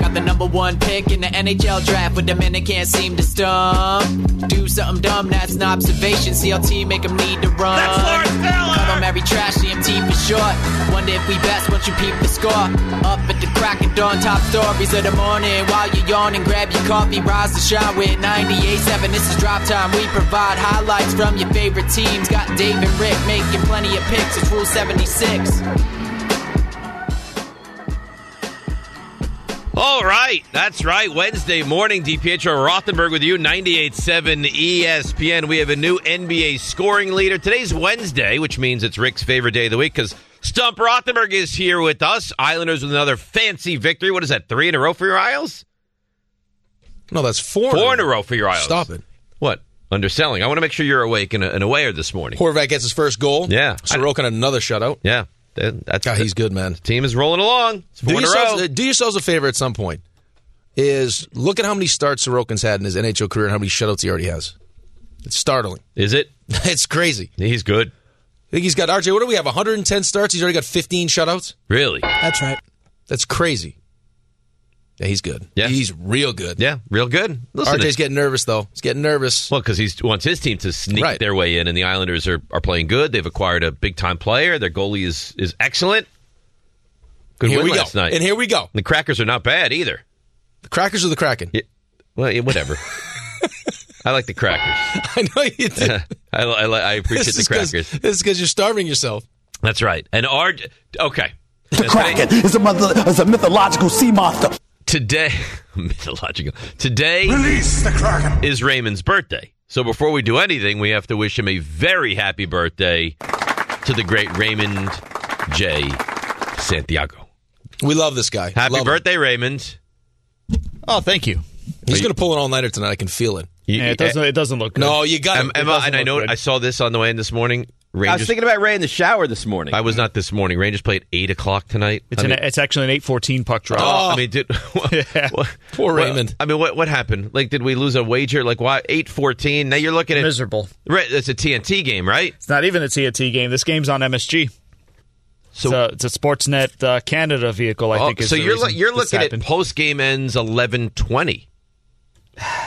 Got the number one pick in the NHL draft, but the minute can't seem to stump. Do something dumb, that's an observation. CLT make them need to run. That's Lars Taylor! every trash, CMT for short. Wonder if we best once you peep the score. Up at the crack of dawn, top stories of the morning. While you're yawning, grab your coffee, rise to shine with 98.7. This is drop time. We provide highlights from your favorite teams. Got Dave and Rick making plenty of picks. It's Rule 76. All right, that's right. Wednesday morning, DiPietro Rothenberg with you, E 98.7 ESPN. We have a new NBA scoring leader. Today's Wednesday, which means it's Rick's favorite day of the week because Stump Rothenberg is here with us. Islanders with another fancy victory. What is that, three in a row for your Isles? No, that's four. Four in a row for your Isles. Stop it. What? Underselling. I want to make sure you're awake and, and aware this morning. Horvat gets his first goal. Yeah. Sorokin another shutout. Yeah, that- that's God, he's good, man. Team is rolling along. It's Do four in a row. yourselves, uh, do yourselves a favor at some point. Is look at how many starts Sorokin's had in his NHL career and how many shutouts he already has. It's startling. Is it? It's crazy. He's good. I think he's got RJ. What do we have? 110 starts. He's already got 15 shutouts. Really? That's right. That's crazy. Yeah, he's good. Yeah. he's real good. Yeah, real good. Listen, RJ's getting nervous though. He's getting nervous. Well, because he wants his team to sneak Right. their way in, and the Islanders are, are playing good. They've acquired a big time player. Their goalie is is excellent. Good here win we go. last night. And here we go. the Crackers are not bad either. The Crackers or the Kraken? Yeah. Well, yeah, whatever. I like the Crackers. I know you did. I, I, I appreciate This the is 'cause- Crackers. This is because you're starving yourself. That's right. And our okay. The Kraken is a, mother, is a mythological sea monster. Today, mythological. Today is Raymond's birthday. So before we do anything, we have to wish him a very happy birthday to the great Raymond J. Santiago. We love this guy. Happy Love him. birthday, Raymond. Oh, thank you. He's going to pull an all nighter tonight. I can feel it. You- Yeah, it doesn't. It doesn't look good. No, you got Em- him. Emma, and I know I saw this on the way in this morning. Rangers, I was thinking about Ray in the shower this morning. I was not this morning. Rangers play at eight o'clock tonight. it's I an. mean, it's actually an eight fourteen puck drop. oh, I mean, did Yeah. what- Poor what- Raymond. I mean, what what happened? Like, did we lose a wager? Like, why eight fourteen? Now you're looking at Miserable. right. It's a TNT game, right? It's not even a TNT game. This game's on MSG. So- So it's a, it's a Sportsnet uh, Canada vehicle. I Oh, think. Is so the you're lo- reason you're this looking happened. at post game ends eleven twenty.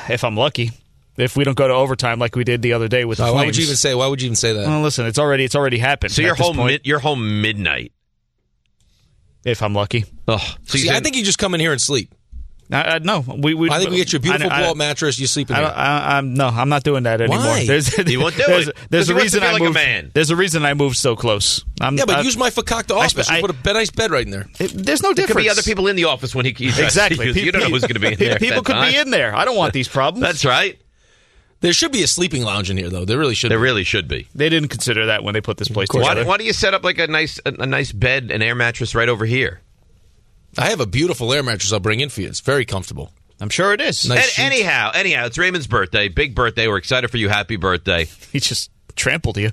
if I'm lucky, if we don't go to overtime like we did the other day with the Oh, why Flames. would you even say? Why would you even say that? well, listen, it's already it's already happened. So you're at this home point, mid, you're home midnight. if I'm lucky. Oh, so you See, I said- think you just come in here and sleep. I, I, no, we, we I think we get your beautiful I, I, blow-up mattress. You sleep in I here. don't, I, I'm no, I'm not doing that anymore. Why? There's, You won't do there's, it. There's 'Cause he a wants to reason feel I like a moved. man. There's a reason I moved so close. I'm, yeah, but I- use my Fakakta I- office. I- you put a bed, nice bed right in there. it- there's no There difference. could be other people in the office when he, he tries to Exactly. use- You don't know who's going to be in there. People at that could time. be in there. I don't want these problems. That's right. There should be a sleeping lounge in here, though. There really should. There Be. really should be. they didn't consider that when they put this place Why, together. why do you set up like a nice a, a nice bed and air mattress right over here? I have a beautiful air mattress. I'll bring in for you. It's very comfortable. I'm sure it is. Nice. And, sheets. anyhow, anyhow, it's Raymond's birthday. Big birthday. We're excited for you. Happy birthday. He just trampled you.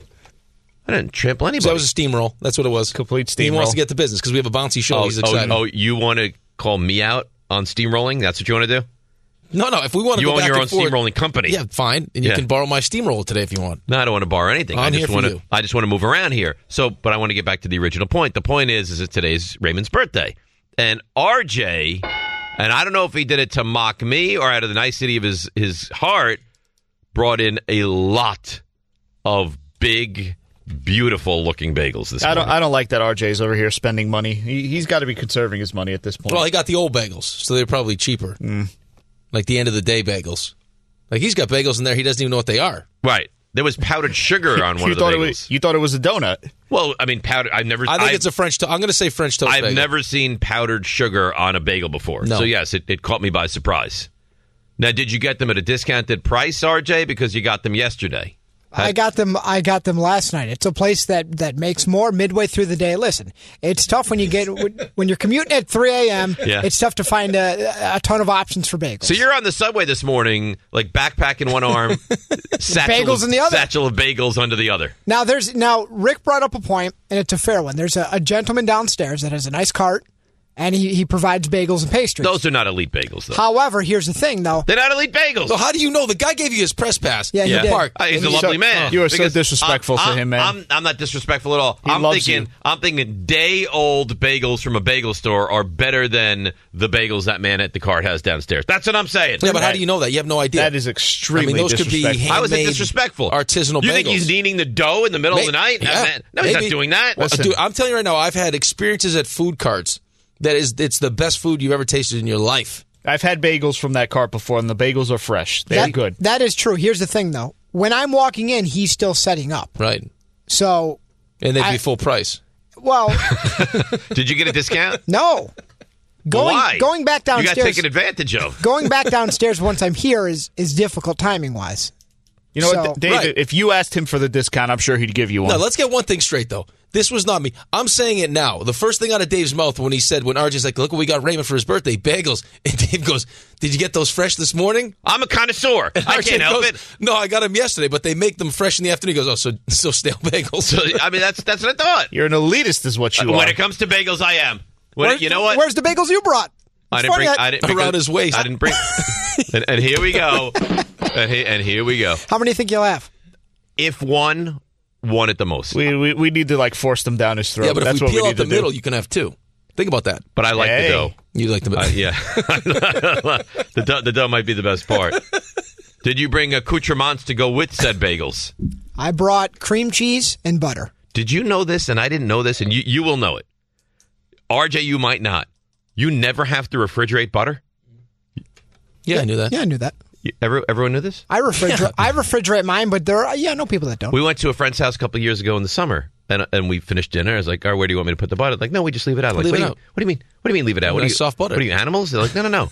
I didn't trample anybody. So that was a steamroll. That's what it was. Complete He wants steamroll. to get the business because we have a bouncy show. oh, He's oh, excited. oh, you want to call me out on steamrolling? That's what you want to do? no, no. If we want to You go own back your and own forth- steamrolling company. Yeah, fine. And you Yeah. can borrow my steamroller today if you want. No, I don't want to borrow anything. I I'm just here for want to. you. I just want to move around here. So, but I want to get back to the original point. The point is, is that today's Raymond's birthday, and RJ, and I don't know if he did it to mock me or out of the nicety of his his heart, brought in a lot of big, beautiful looking bagels this I don't. morning. I don't like that RJ's over here spending money. He, he's got to be conserving his money at this point. Well, he got the old bagels, so they're probably cheaper. Mm. Like the end of the day bagels. Like he's got bagels in there. He doesn't even know what they are. right. There was powdered sugar on one you of the thought it bagels. was, you thought it was a donut. well, I mean, powder. I've never. I think I've, it's a French toast. I'm going to say French toast. I've bagel. never seen powdered sugar on a bagel before. No. So yes, it, it caught me by surprise. Now, did you get them at a discounted price, RJ? Because you got them yesterday. I got them. I got them last night. It's a place that that makes more midway through the day. Listen, it's tough when you get when you're commuting at 3 a.m. Yeah. It's tough to find a, a ton of options for bagels. So you're on the subway this morning, like backpack in one arm, satchel Bagels of, in the other. satchel of bagels under the other. Now there's now Rick brought up a point, and it's a fair one. There's a, a gentleman downstairs that has a nice cart, and he, he provides bagels and pastries. Those are not elite bagels, though. However, here's the thing though. They're not elite bagels. So how do you know the guy gave you his press pass? Yeah, he in did. the park. Uh, he's And "Oh, a you- lovely man. you are so Because disrespectful to I'm- him, man. I'm, I'm not disrespectful at all. I'm loves thinking, you. I'm thinking, day old bagels from a bagel store are better than the bagels that man at the cart has downstairs. That's what I'm saying. Yeah, but how do you know that? You have no idea. That is I extremely mean, those could be disrespectful. How is it handmade disrespectful? Artisanal You bagels. think he's kneading the dough in the middle of the night? Yeah, Uh, no, he's not maybe. Uh, doing that. Well, dude, I'm telling you right now, I've had experiences at food carts that is it's the best food you've ever tasted in your life. I've had bagels from that cart before, and the bagels are fresh. They're that- good. That is true. Here's the thing though. When I'm walking in, he's still setting up. Right. So, And they'd I- be full price. well, Did you get a discount? no. Going Why? going back You got downstairs. taken advantage of. going back downstairs once I'm here is is difficult timing wise. You know So- what, David? Right. If you asked him for the discount, I'm sure he'd give you one. Now, let's get one thing straight, though. This was not me. I'm saying it now. The first thing out of Dave's mouth when he said, when RJ's like, look what we got Raymond for his birthday, bagels. And Dave goes, did you get those fresh this morning? I'm a connoisseur. I RJ can't help goes, it. No, I got them yesterday, but they make them fresh in the afternoon. He goes, oh, so, so stale bagels. So, I mean, that's that's what I thought. You're an elitist, is what you are. When it comes to bagels, I am. When, Where's- you know what? Where's the bagels you brought? I It's didn't bring. funny, I- I didn't bring Around his waist. I didn't bring. and, and here we go. And, he, and here we go. How many think you'll have? If one, one at the most. we, we we need to like force them down his throat. yeah, but That's if we what peel we out need the to do. middle, you can have two. Think about that. But I like Hey. the dough. You like the middle. Yeah, the dough, the dough might be the best part. Did you bring accoutrements to go with said bagels? I brought cream cheese and butter. Did you know this? And I didn't know this, and you you will know it. RJ, you might not. You never have to refrigerate butter. yeah, I knew that. Yeah, I knew that. You, every, everyone knew this. I refrigerate. I refrigerate mine, but there are yeah, I know people Oh. that don't. We went to a friend's house a couple years ago in the summer, and and we finished dinner. I was like, "All right, where do you want me to put the butter?" Like, no, we just leave it out. Like, Leave what, it do you, out. what do you mean? What do you mean leave it out? What do Nice you soft butter. What are you animals? They're like, no, no, no.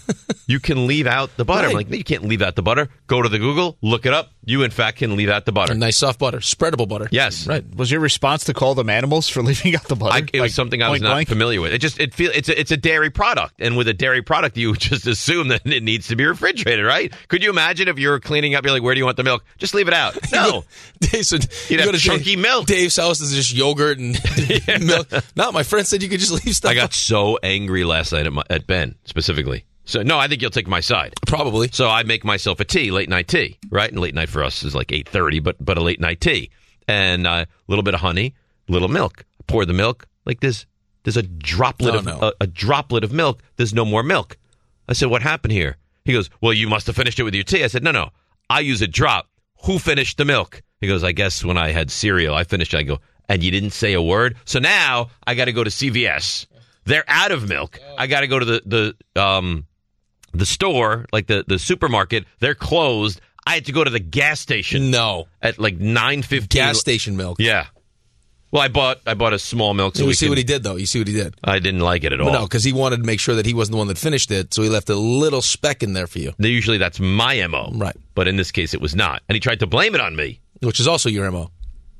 you can leave out the butter. I'm Right. like, no, you can't leave out the butter. Go to the Google, look it up. You in fact can leave out the butter. A nice soft butter, spreadable butter. Yes, Right. Was your response to call them animals for leaving out the butter? I, it Like, was something I was point not blank? familiar with. It just it feel it's a, it's a dairy product, and with a dairy product, you would just assume that it needs to be refrigerated, right? Could you imagine if you were cleaning up, you're like, where do you want the milk? Just leave it out. No, Dave, so you have go to chunky Dave- milk. Dave's house is just yogurt and milk. No, my friend said you could just leave stuff. I got so angry last night at, my, at Ben specifically. So no, I think you'll take my side. probably. So I make myself a tea, late night tea, right? And late night for us is like eight thirty, but but a late night tea and uh, a little bit of honey, little milk. Pour the milk like this. There's a droplet No, of Oh, no. A, a droplet of milk. There's no more milk. I said, what happened here? He goes, well, you must have finished it with your tea. I said, no, no, I use a drop. Who finished the milk? He goes, I guess when I had cereal, I finished. it." I go, and you didn't say a word. So now I got to go to CVS. They're out of milk. I got to go to the the um the store, like the the supermarket, they're closed. I had to go to the gas station No at like nine fifteen. gas station milk. Yeah. Well, I bought I bought a small milk. So So we you see can- what he did, though. You see what he did. I didn't like it at all. No, because he wanted to make sure that he wasn't the one that finished it, so he left a little speck in there for you, They- Usually that's my mo. Right. But in this case, it was not, and he tried to blame it on me. which is also your mo.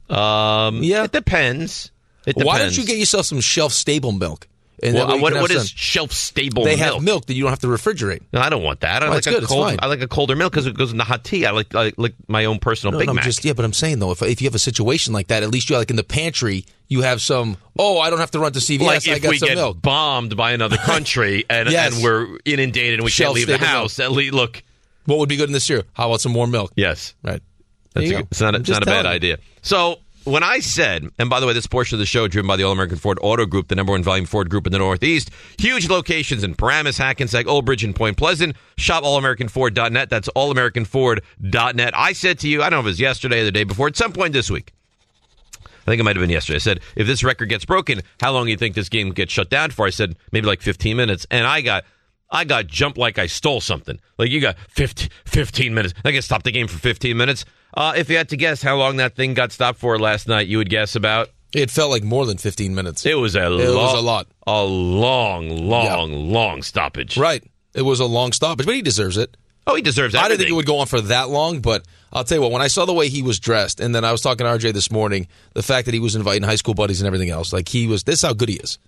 Um, Yeah. It depends. It depends. Why don't you get yourself some shelf stable milk? And Well, that way you what can have what is some- shelf stable? they milk? have milk that you don't have to refrigerate. No, I don't want that. I Well, like it's a good. It's cold. fine. I like a colder milk because it goes in the hot tea. I like I like my own personal No, Big no, I'm Mac. just- yeah, but I'm saying though, if, if you have a situation like that, at least you like in the pantry, you have some. Oh, I don't have to run to CVS. like I if got we some get milk. bombed by another country and, Yes. and we're inundated and we Shelf can't leave the stable milk. house, at least look. What would be good in this year? How about some warm milk? Yes, Right. There that's you a, go. it's not a, I'm it's just not a bad telling you. idea. So when I said, and by the way, this portion of the show driven by the All American Ford Auto Group, the number one volume Ford group in the Northeast, huge locations in Paramus, Hackensack, Old Bridge, and Point Pleasant. Shop allamericanford.net. That's allamericanford.net. I said to you, I don't know if it was yesterday or the day before, at some point this week. I think it might have been yesterday. I said, if this record gets broken, how long do you think this game gets shut down for? I said, maybe like 15 minutes. And I got I got jumped like I stole something. Like you got 50, 15 minutes. I can stop the game for 15 minutes. Uh, if you had to guess how long that thing got stopped for last night, you would guess about It felt like more than 15 minutes. it was a It was a lot. a long, long, long stoppage. Right. It was a long stoppage, but he deserves it. Oh, he deserves. I Everything. didn't think it would go on for that long, but I'll tell you what, when I saw the way he was dressed, and then I was talking to RJ this morning, the fact that he was inviting high school buddies and everything else, like he was, this is how good he is.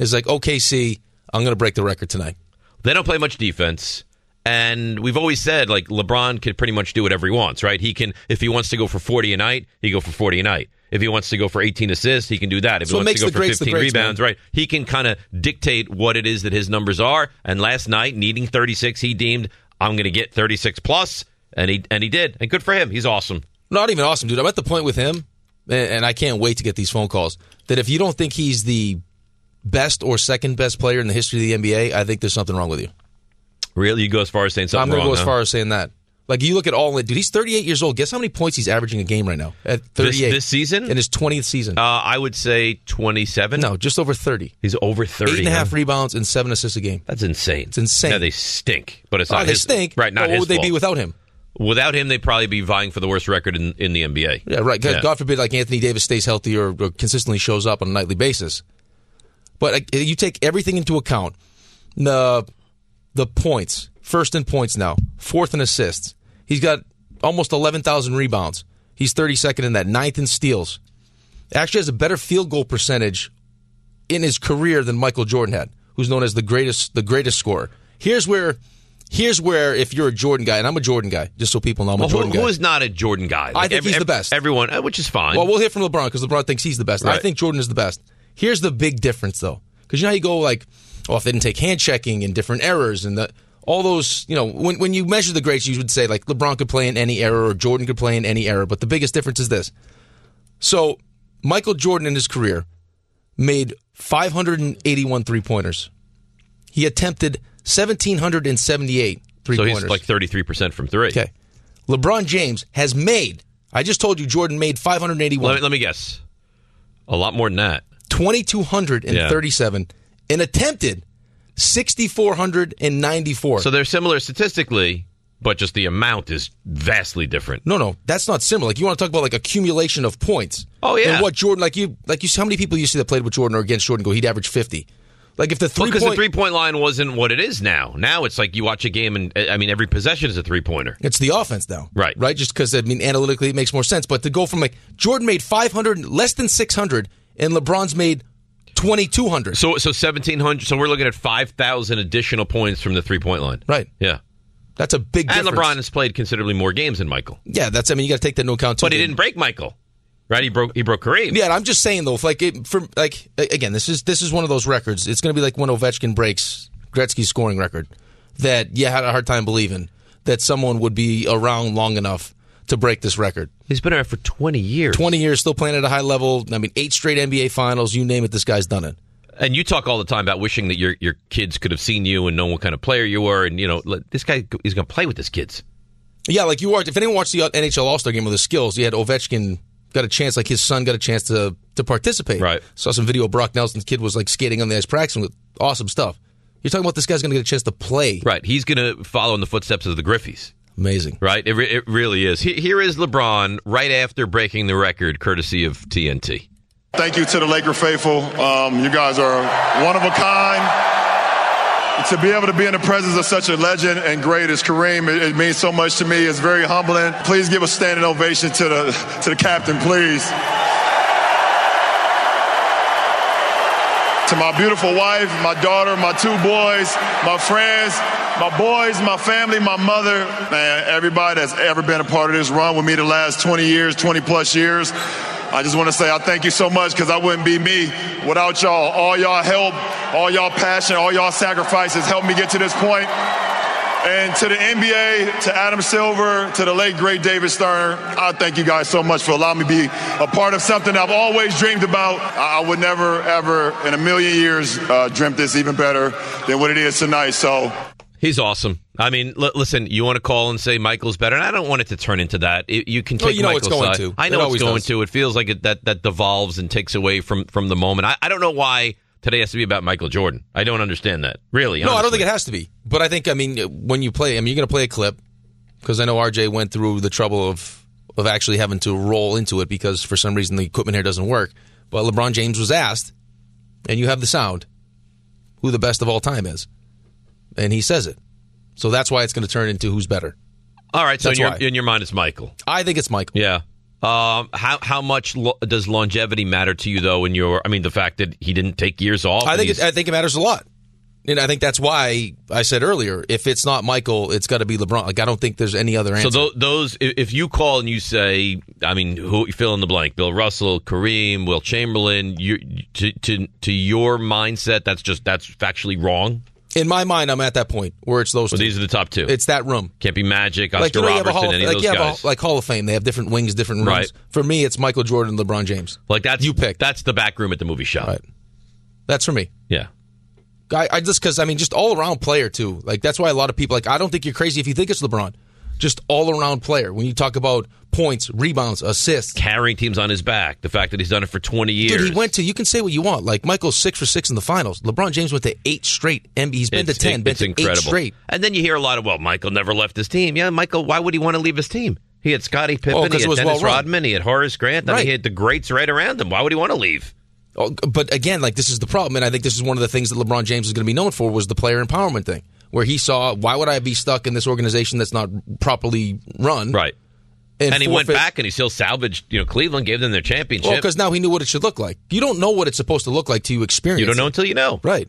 It's like, OKC, I'm going to break the record tonight. They don't play much defense. And we've always said like LeBron could pretty much do whatever he wants, right? He can if he wants to go for 40 a night, he go for 40 a night. If he wants to go for 18 assists, he can do that. If So it he wants makes to go the for greats the 15 greats, rebounds, man. right? He can kind of dictate what it is that his numbers are. And last night, needing 36, he deemed I'm going to get 36 plus, and he and he did. And good for him. He's awesome. Not even awesome, dude. I'm at the point with him, and and I can't wait to get these phone calls, that if you don't think he's the best or second best player in the history of the NBA, I think there's something wrong with you. Really, you go as far as saying I'm something going to wrong. go as huh? far as saying that. Like you look at all in, dude. He's 38 years old. Guess how many points he's averaging a game right now at 38 this season? in his 20th season. uh, I would say 27. no, just over 30. he's over 30. Eight and a half huh? rebounds and seven assists a game. That's insane. It's insane. Yeah, they stink, but it's Oh, not they his- stink. Right, not but his What would they be fault. without him? Without him, they'd probably be vying for the worst record in, in the NBA. Yeah, right. God, Yeah. God forbid, like Anthony Davis stays healthy or, or consistently shows up on a nightly basis. But like, you take everything into account. The the points, first in points now, fourth in assists. He's got almost eleven thousand rebounds. He's thirty second in that, ninth in steals. Actually, has a better field goal percentage in his career than Michael Jordan had, who's known as the greatest the greatest scorer. Here's where. Here's where, if you're a Jordan guy, and I'm a Jordan guy, just so people know, I'm a Well, who, Jordan guy. who is not a Jordan guy? I think he's the best. Everyone, uh, which is fine. Well, we'll hear from LeBron because LeBron thinks he's the best. I Right. think Jordan is the best. Here's the big difference, though, because you know how you go like, oh, if they didn't take hand checking and different errors and the all those, you know, when when you measure the greats, you would say like LeBron could play in any error or Jordan could play in any error. But the biggest difference is this: so Michael Jordan in his career made 581 three pointers. He attempted 1778 three so pointers. he's like thirty three percent from three. okay, LeBron James has made. I just told you Jordan made 581. Let me, let me guess. A lot more than that. 2,237 and attempted 6,494. So they're similar statistically, but just the amount is vastly different. no, no, that's not similar. Like you want to talk about like accumulation of points. Oh, yeah. And what Jordan like you like you see how many people you see that played with Jordan or against Jordan go he'd average 50. Like if the three Because point the three point line wasn't what it is now. Now it's like you watch a game, and uh, I mean, every possession is a three pointer. it's the offense now. Right. Right? Just cuz I mean analytically it makes more sense, but to go from like Jordan made 500 less than 600 and LeBron's made 2,200. So, so seventeen hundred. So we're looking at five thousand additional points from the three point line. Right. Yeah. That's a big And difference. LeBron has played considerably more games than Michael, Yeah, that's I mean you got to take that into account too. but he dude. didn't break Michael. Right? He broke. He broke Kareem. Yeah, and I'm just saying though, if like it, for like a- again, this is this is one of those records. It's going to be like when Ovechkin breaks Gretzky's scoring record that you had a hard time believing that someone would be around long enough to break this record. He's been around for twenty years. 20 years still playing at a high level. I mean, eight straight NBA finals, you name it, this guy's done it. And you talk all the time about wishing that your your kids could have seen you and known what kind of player you were, and you know let- this guy is going to play with his kids. Yeah, like you watched. If anyone watched the uh, NHL All Star game with the skills, you had Ovechkin got a chance. Like his son got a chance to to participate. Right. Saw some video. of Brock Nelson's kid was like skating on the ice, practicing with awesome stuff. You're talking about this guy's going to get a chance to play. Right? He's going to follow in the footsteps of the Griffies. Amazing. Right? It, re- it really is. He- here is LeBron right after breaking the record, courtesy of TNT. Thank you to the Laker faithful. Um, you guys are one of a kind. To be able to be in the presence of such a legend and great as Kareem, it, it means so much to me. It's very humbling. Please give a standing ovation to the to the captain, please. To my beautiful wife, my daughter, my two boys, my friends, my boys, my family, my mother, and everybody that's ever been a part of this run with me the last 20 years, 20 plus years. I just want to say I thank you so much because I wouldn't be me without y'all. All y'all help, all y'all passion, all y'all sacrifices helped me get to this point. And to the NBA, to Adam Silver, to the late great David Stern, I thank you guys so much for allowing me to be a part of something I've always dreamed about. I I would never, ever in a million years uh, dreamt this even better than what it is tonight. So He's awesome. I mean, l- listen, you want to call and say Michael's better, and I don't want it to turn into that. It, you can take Well, Oh, you know it's Michael's going side. to. I It know it's always going does. to. It feels like it, that that devolves and takes away from from the moment. I, I don't know why today has to be about Michael Jordan. I don't understand that. Really? No, I don't honestly. think it has to be. But I think I mean when you play, I mean you're going to play a clip because I know RJ went through the trouble of of actually having to roll into it because for some reason the equipment here doesn't work. But LeBron James was asked, and you have the sound, who the best of all time is, and he says it. So that's why it's going to turn into who's better. All right. So in That's your, why. in your mind, it's Michael. I think it's Michael. Yeah. Um, how how much lo- does longevity matter to you though? In your, I mean, the fact that he didn't take years off. I and think he's- it, I think it matters a lot, and I think that's why I said earlier if it's not Michael, it's got to be LeBron. Like I don't think there's any other So answer. tho- those, i- if you call and you say, I mean, who fill in the blank? Bill Russell, Kareem, Will Chamberlain. You to to to your mindset, that's just that's factually wrong. in my mind, I'm at that point where it's those. So two. these are the top two. It's that room. Can't be Magic, Oscar you know, you have a Robertson, Hall of- any like, of you those have a- guys. like Hall of Fame, they have different wings, different rooms. Right. For me, it's Michael Jordan, LeBron James. Like that's You picked. That's the back room at the movie shop. Right. That's for me. Yeah. I, I just because I mean, just all around player too. Like that's why a lot of people like I don't think you're crazy if you think it's LeBron. Just all around player. When you talk about points, rebounds, assists, Carrying teams on his back. The fact that he's done it for twenty years. dude, he went to. You can say what you want. Like Michael's six for six in the finals. LeBron James went to eight straight. MB. He's been to ten. it- been to eight straight. And then you hear a lot of, well, Michael never left his team. Yeah, Michael, why would he want to leave his team? He had Scottie Pippen, Oh, 'cause he it had was Dennis well-run. Rodman, he had Horace Grant. I mean, Right. he had the greats right around him. Why would he want to leave? Oh, but again, like this is the problem, and I think this is one of the things that LeBron James is going to be known for was the player empowerment thing, where he saw why would I be stuck in this organization that's not properly run, Right. And, he went forfeit- back and he still salvaged, you know, Cleveland gave them their championship. Well, because now he knew what it should look like. You don't know what it's supposed to look like till you experience. you don't it. know until you know. right?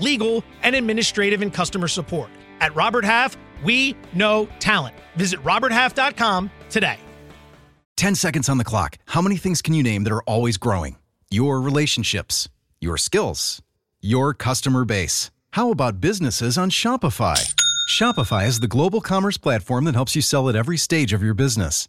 legal, and administrative and customer support. At Robert Half, we know talent. Visit roberthalf.com today. 10 seconds on the clock. How many things can you name that are always growing? Your relationships, your skills, your customer base. How about businesses on Shopify? Shopify is the global commerce platform that helps you sell at every stage of your business.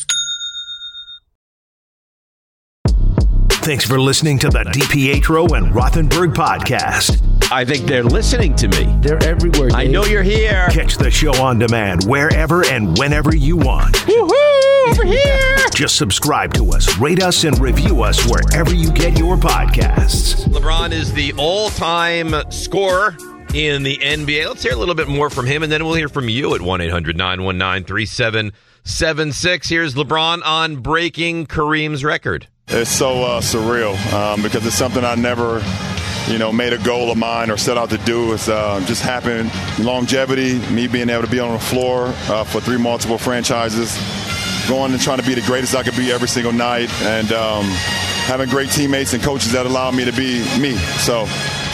Thanks for listening to the DPetro and Rothenberg podcast. I think they're listening to me. They're everywhere. I know you're here. Catch the show on demand wherever and whenever you want. Woohoo! Over here. Just subscribe to us, rate us, and review us wherever you get your podcasts. LeBron is the all-time scorer in the NBA. Let's hear a little bit more from him, and then we'll hear from you at 1-800-919-3776. Here's LeBron on breaking Kareem's record. It's so uh, surreal um, because it's something I never, you know, made a goal of mine or set out to do. It's uh, just happened. Longevity, me being able to be on the floor uh, for three multiple franchises, going and trying to be the greatest I could be every single night, and um, having great teammates and coaches that allow me to be me. So.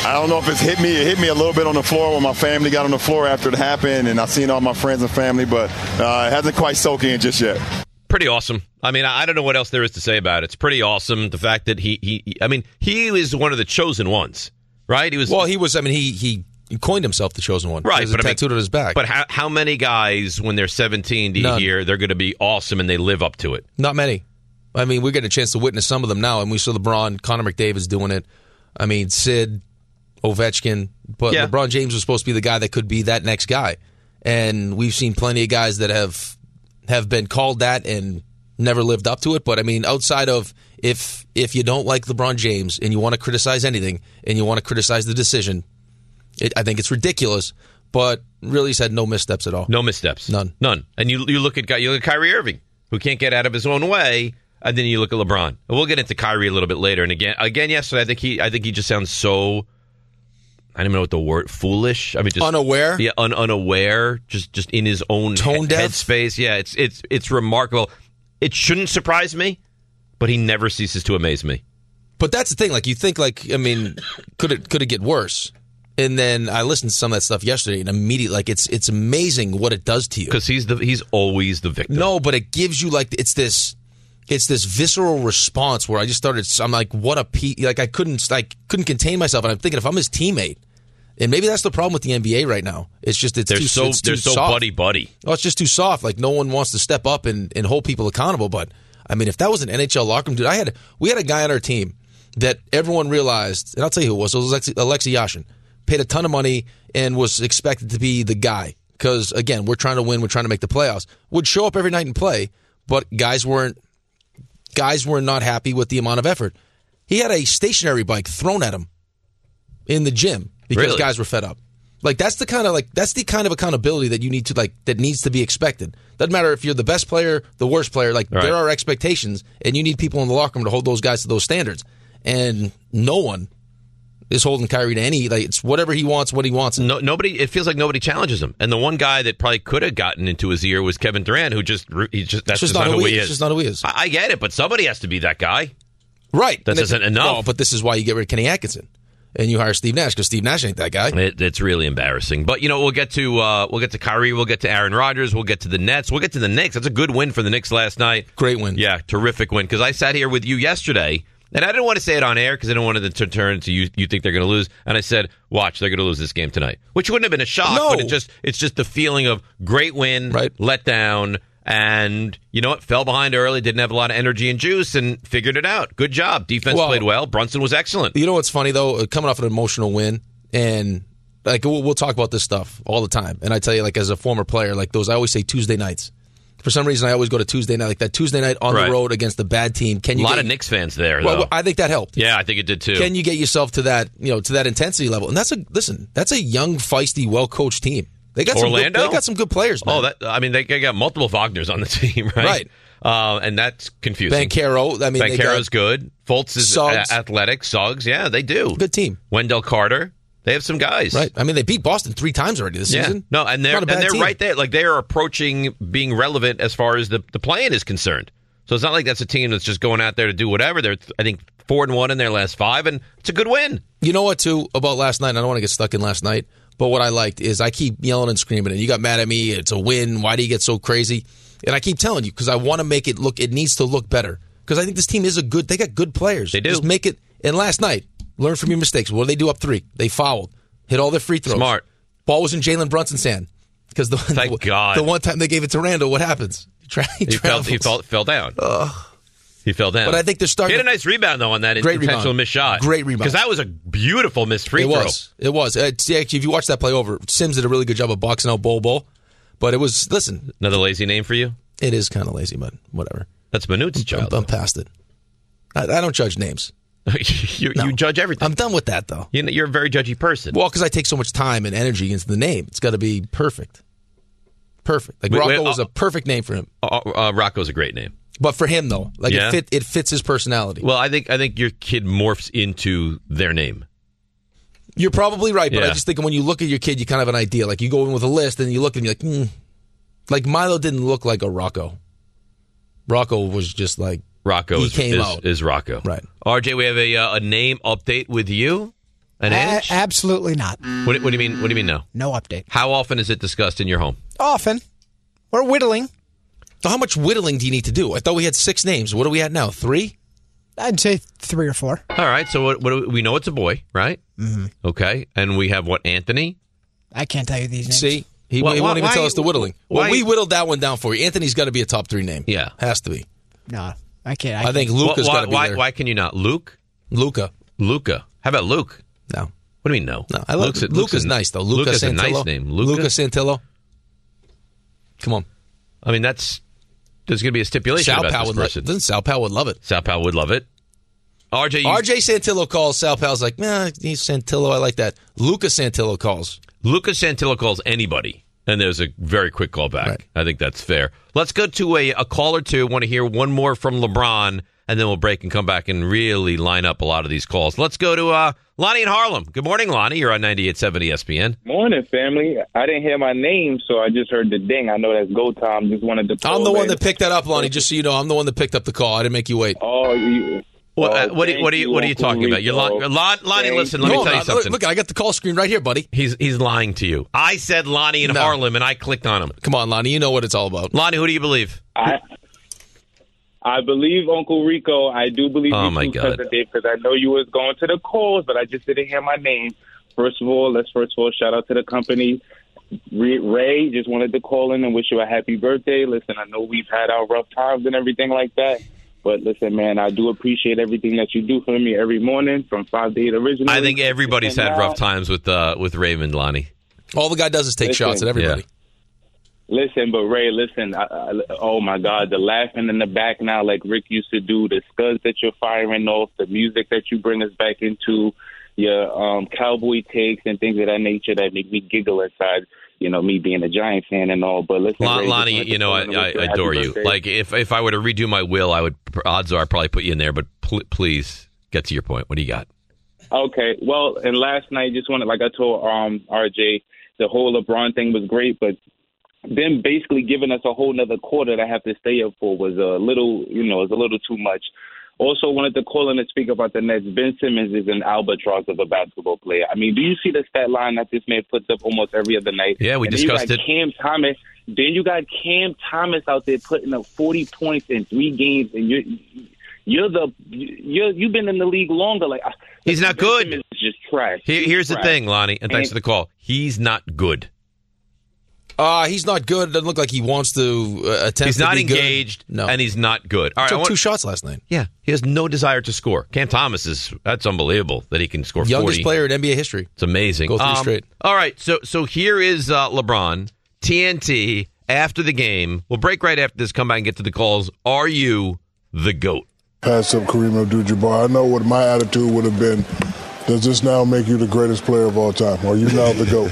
I don't know if it's hit me. It hit me a little bit on the floor when my family got on the floor after it happened, and I seen all my friends and family, but uh, it hasn't quite soaked in just yet. Pretty awesome. I mean, I I don't know what else there is to say about it. It's pretty awesome. The fact that he, he I mean, he is one of the chosen ones, right? He was Well, he was. I mean, he he coined himself the chosen one. right, There's a but I mean- tattooed on his back. But how, how many guys, when they're 17, do you None. hear they're going to be awesome and they live up to it? Not many. I mean, we get a chance to witness some of them now, and we saw LeBron, Connor McDavid's doing it. I mean, Sid, Ovechkin, but Yeah. LeBron James was supposed to be the guy that could be that next guy, and we've seen plenty of guys that have have been called that and never lived up to it. But I mean, outside of if if you don't like LeBron James and you want to criticize anything and you want to criticize the decision, it, I think it's ridiculous. But really, he's had no missteps at all. No missteps. None. None. And you you look at guy you look at Kyrie Irving, who can't get out of his own way, and then you look at LeBron. And we'll get into Kyrie a little bit later. And again again yesterday, I think he I think he just sounds so I don't even know what the word foolish. I mean just Unaware? Yeah, un, unaware, just just in his own Tone he- deaf? headspace. Yeah, it's it's it's remarkable. It shouldn't surprise me, but he never ceases to amaze me. But that's the thing. Like you think, like I mean, could it could it get worse? And then I listened to some of that stuff yesterday, and immediately, like it's it's amazing what it does to you. Because he's the he's always the victim. No, but it gives you like it's this it's this visceral response where I just started. I'm like, what a pe Like I couldn't like couldn't contain myself, and I'm thinking if I'm his teammate, and maybe that's the problem with the NBA right now. It's just it's They're too so it's too they're so soft. buddy buddy. Oh, it's just too soft. Like no one wants to step up and, and hold people accountable. But I mean, if that was an NHL locker room, dude, I had we had a guy on our team that everyone realized, and I'll tell you who it was. It was Alexi, Alexi Yashin. Paid a ton of money and was expected to be the guy because again, we're trying to win. We're trying to make the playoffs. Would show up every night and play, but guys weren't guys were not happy with the amount of effort. He had a stationary bike thrown at him in the gym because Really? guys were fed up. Like that's the kind of like that's the kind of accountability that you need to like that needs to be expected. Doesn't matter if you're the best player, the worst player. Like Right. there are expectations, and you need people in the locker room to hold those guys to those standards. And no one is holding Kyrie to any like it's whatever he wants, what he wants. No, nobody. It feels like nobody challenges him. And the one guy that probably could have gotten into his ear was Kevin Durant, who just he just that's just, It's not, who he is. is. It's just not who he is. I, I get it, but somebody has to be that guy. Right. That And isn't enough. No, but this is why you get rid of Kenny Atkinson and you hire Steve Nash because Steve Nash ain't that guy. It, it's really embarrassing. But you know, we'll get to uh, we'll get to Kyrie, we'll get to Aaron Rodgers, we'll get to the Nets, we'll get to the Knicks. That's a good win for the Knicks last night. Great win. Yeah, terrific win. Because I sat here with you yesterday, and I didn't want to say it on air because I didn't want it to turn to you. You think they're going to lose? And I said, watch, they're going to lose this game tonight, which wouldn't have been a shock, No. but it just it's just the feeling of great win, right. let down. And you know what? Fell behind early, didn't have a lot of energy and juice, and figured it out. Good job. Defense Well- played well. Brunson was excellent. You know what's funny though? Uh, Coming off an emotional win, and like we'll, we'll talk about this stuff all the time. And I tell you, like as a former player, like those I always say Tuesday nights. For some reason, I always go to Tuesday night, like that Tuesday night on Right. the road against a bad team. Can A you lot get- of Knicks fans there, Well, though. I think that helped. Yeah, I think it did too. Can you get yourself to that, you know, to that intensity level? And that's a listen. That's a young, feisty, well coached team. They got Some Orlando? good, they got some good players. Man. oh, that I mean, they, they got multiple Wagners on the team, right? Right. Uh, and that's confusing. Banchero, I mean, they Banchero's got- good. Fultz is Suggs. a- athletic. Suggs, yeah, they do. Good team. Wendell Carter. They have some guys. Right. I mean, they beat Boston three times already this yeah. season. No, and they're Not a and bad they're team. right there. Like they are approaching being relevant as far as the the plan is concerned. So it's not like that's a team that's just going out there to do whatever. They're I think four and one in their last five, and it's a good win. You know what, too, about last night? and I don't want to get stuck in last night, but what I liked is I keep yelling and screaming, and you got mad at me. It's a win. Why do you get so crazy? And I keep telling you because I want to make it look, it needs to look better. Because I think this team is a good, they got good players. They do. Just make it. And last night, learn from your mistakes. What did they do up three? They fouled, hit all their free throws. Smart. Ball was in Jalen Brunson's hand. Because the, Thank God. the one time they gave it to Randall, what happens? He, tra- he He fell, he travels. fell, fell down. He fell down. But I think they're starting He had a nice rebound though on that Great intentional rebound. missed shot. Great rebound. Because that was a beautiful missed free it throw. was. It was. It's- yeah, actually, if you watch that play over, Sims did a really good job of boxing out Bol Bol. But it was, listen, Another lazy name for you? it is kind of lazy, but whatever. That's Manut's job. I'm past it. I, I don't judge names. you, you judge everything. I'm done with that, though. You know, You're a very judgy person. Well, because I take so much time and energy into the name. It's got to be perfect. Perfect. Like Wait, Rocco wait, was uh, a perfect name for him. Uh, uh, Rocco's a great name. But for him, though, like Yeah? it, fit, it fits his personality. Well, I think I think your kid morphs into their name. You're probably right, but Yeah. I just think when you look at your kid, you kind of have an idea. Like you go in with a list and you look at him, you're like, hmm. Like Milo didn't look like a Rocco. Rocco was just like Rocco He is, came is, out. is Rocco. Right. RJ, we have a uh, a name update with you. An A- inch? absolutely not. What, do- what do you mean? What do you mean? No. No Uh, update. How often is it discussed in your home? Often. We're whittling. So how much whittling do you need to do? I thought we had six names. What are we at now? Three? I'd say three or four. All right. So what? what do we, we know it's a boy, right? Mhm. Okay. And we have what? Anthony. I can't tell you these names. See? He, Why- he won't why- even tell why- us the whittling. why- well, we whittled that one down for you. Anthony's got to be a top three name. Yeah. Has to be. No, I can't. I, I think can't. Luke has why, got to be why, there. why can you not? Luke? Luca. Luca. How about Luke? No. What do you mean no? No. I like Luca's, a- nice, though. Luca Luca's Santillo. a nice name. Luca. Luca Santillo. Come on. I mean, that's There's going to be a stipulation Sal about Pal this would lo- person. doesn't Sal Pal would love it. Sal Pal would love it. RJ, you- RJ Santillo calls. Sal Pal's like, nah, he's Santillo. I like that. Luca Santillo calls. Luca Santillo calls anybody, and there's a very quick call back. I think that's fair. Let's go to a, a call or two. Want to hear one more from LeBron, and then we'll break and come back and really line up a lot of these calls. Let's go to uh, Lonnie in Harlem. Good morning, Lonnie. You're on 98.7 ESPN. Morning, family. I didn't hear my name, so I just heard the ding. I know that's go time. Just wanted to. I'm the one that picked that up, Lonnie. Just so you know, I'm the one that picked up the call. I didn't make you wait. Oh, you, What, uh, what, are- what are you What are you talking about? You're lying, Lon, Lonnie. Listen, let me No, tell you no, something. Look, look, I got the call screen right here, buddy. He's he's lying to you. I said Lonnie in No. Harlem, and I clicked on him. Come on, Lonnie. You know what it's all about. Lonnie, who do you believe? I I believe Uncle Rico. I do believe Oh, you my too, God. Cousin Dave, because I know you was going to the calls, but I just didn't hear my name. First of all, let's first of all shout out to the company. Re- Ray, just wanted to call in and wish you a happy birthday. Listen, I know we've had our rough times and everything like that, but listen, man, I do appreciate everything that you do for me every morning from five to eight originally. I think everybody's And had now- rough times with uh, with Raymond Lonnie. All the guy does is take Listen. shots at everybody. Listen, but Ray, listen. I, I, oh my God, the laughing in the back now, like Rick used to do, the scuds that you're firing off, the music that you bring us back into, your um, cowboy takes and things of that nature that make me giggle inside. You know, me being a Giant fan and all. But listen, Lon- Ray, just Lonnie, wanted to you know call I, in and I wish you a happy adore you. birthday. Like if if I were to redo my will, I would. Odds are I would probably put you in there, but pl- please get to your point. What do you got? Okay. Well, and last night, just wanted, like I told um, RJ, the whole LeBron thing was great, but them basically giving us a whole nother quarter to have to stay up for was a little, you know, was a little too much. Also, wanted to call in and speak about the Nets. Ben Simmons is an albatross of a basketball player. I mean, do you see the stat line that this man puts up almost every other night? Yeah, we And then you discussed got it. Cam Thomas. Then you got Cam Thomas out there putting up 40 points in three games, and you're you're the you're you've been in the league longer. Like I- He's not Ben good. Simmons is just trash. Here, He's here's the trash. thing, Lonnie, and thanks for the call. He's not good. Uh, he's not good. Doesn't look like he wants to uh, attempt. He's to not be good. engaged, and he's not good. All He right, I took want- two shots last night. Yeah, he has no desire to score. Cam Thomas is that's unbelievable that he can score. 40. Youngest player in NBA history. It's amazing. Um, Go three straight. All right, so so here is uh, LeBron TNT after the game. We'll break right after this. Come back and get to the calls. Are you the goat? pass up Kareem Abdul-Jabbar. I know what my attitude would have been. Does this now make you the greatest player of all time? Are you now the GOAT?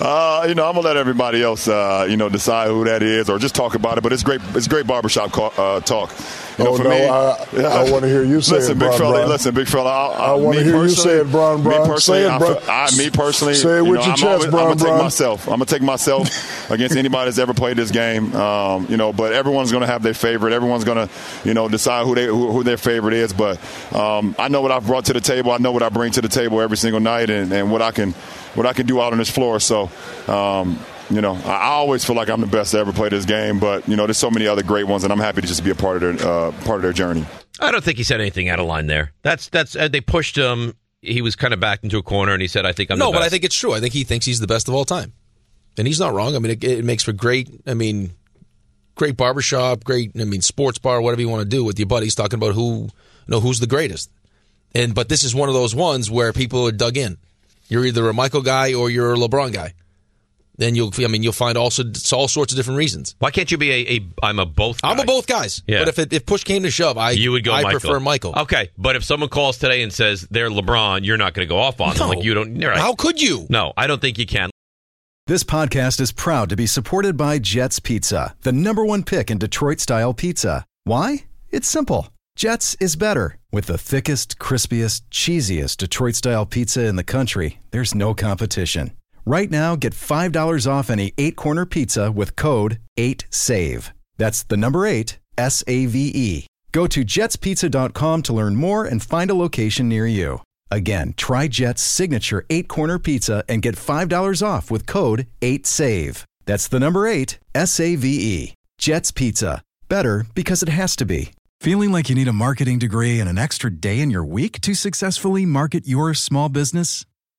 Uh, you know, I'm gonna let everybody else, uh, you know, decide who that is, or just talk about it. But it's great. It's great barbershop ca- uh, talk. You know, Oh, for no, me, I- I wanna hear you say it, listen, big Bron fella. Bron. Listen, big fella. I, I wanna me hear you say personally- it, Bron Bron. Me personally, Say it, I- Bron. I, me personally. Say it you with your know, I'm chest, always, Bron I'm gonna Bron. take myself. I'm gonna take myself against anybody that's ever played this game. Um, you know, but everyone's gonna have their favorite. Everyone's gonna, you know, decide who they who, who their favorite is. But um, I know what I've brought to the table. I know what I bring to the table every single night, and, and what I can what I can do out on this floor. So. Um, you know, I I always feel like I'm the best to ever play this game, but you know, there's so many other great ones, and I'm happy to just be a part of their uh, part of their journey. I don't think he said anything out of line there. That's that's uh, they pushed him. He was kind of backed into a corner, and he said, "I think I'm no, the but I best." think it's true. I think he thinks he's the best of all time, and he's not wrong. I mean, it, it makes for great. I mean, great barbershop, great. I mean, sports bar, whatever you want to do with your buddies, talking about who, you know, who's the greatest. And but this is one of those ones where people are dug in. You're either a Michael guy or you're a LeBron guy. Then you'll. I mean, you'll find also it's all sorts of different reasons. Why can't you be a, a I'm a both? I'm a both guys. Yeah. But if it, if push came to shove, I you would go. I Michael. prefer Michael. Okay, but if someone calls today and says they're LeBron, you're not going to go off on them. Like you don't. you're right. How could you? No, I don't think you can. This podcast is proud to be supported by Jets Pizza, the number one pick in Detroit style pizza. Why? It's simple. Jets is better. With the thickest, crispiest, cheesiest Detroit style pizza in the country, there's no competition. Right now, get $5 off any eight corner pizza with code 8SAVE. That's the number eight, S A V E. Go to jetspizza.com to learn more and find a location near you. Again, try Jet's signature eight corner pizza and get $5 off with code 8SAVE. That's the number eight, S A V E. Jet's Pizza. Better because it has to be. Feeling like you need a marketing degree and an extra day in your week to successfully market your small business?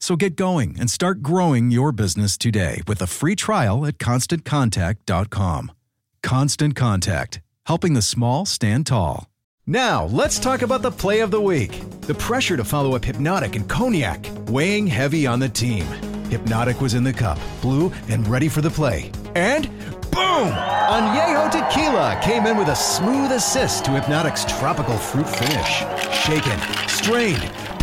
So get going and start growing your business today with a free trial at constantcontact.com. Constant Contact, helping the small stand tall. Now, let's talk about the play of the week. The pressure to follow up Hypnotic and Cognac, weighing heavy on the team. Hypnotic was in the cup, blue, and ready for the play. And boom! Añejo Tequila came in with a smooth assist to Hypnotic's tropical fruit finish. Shaken, strained,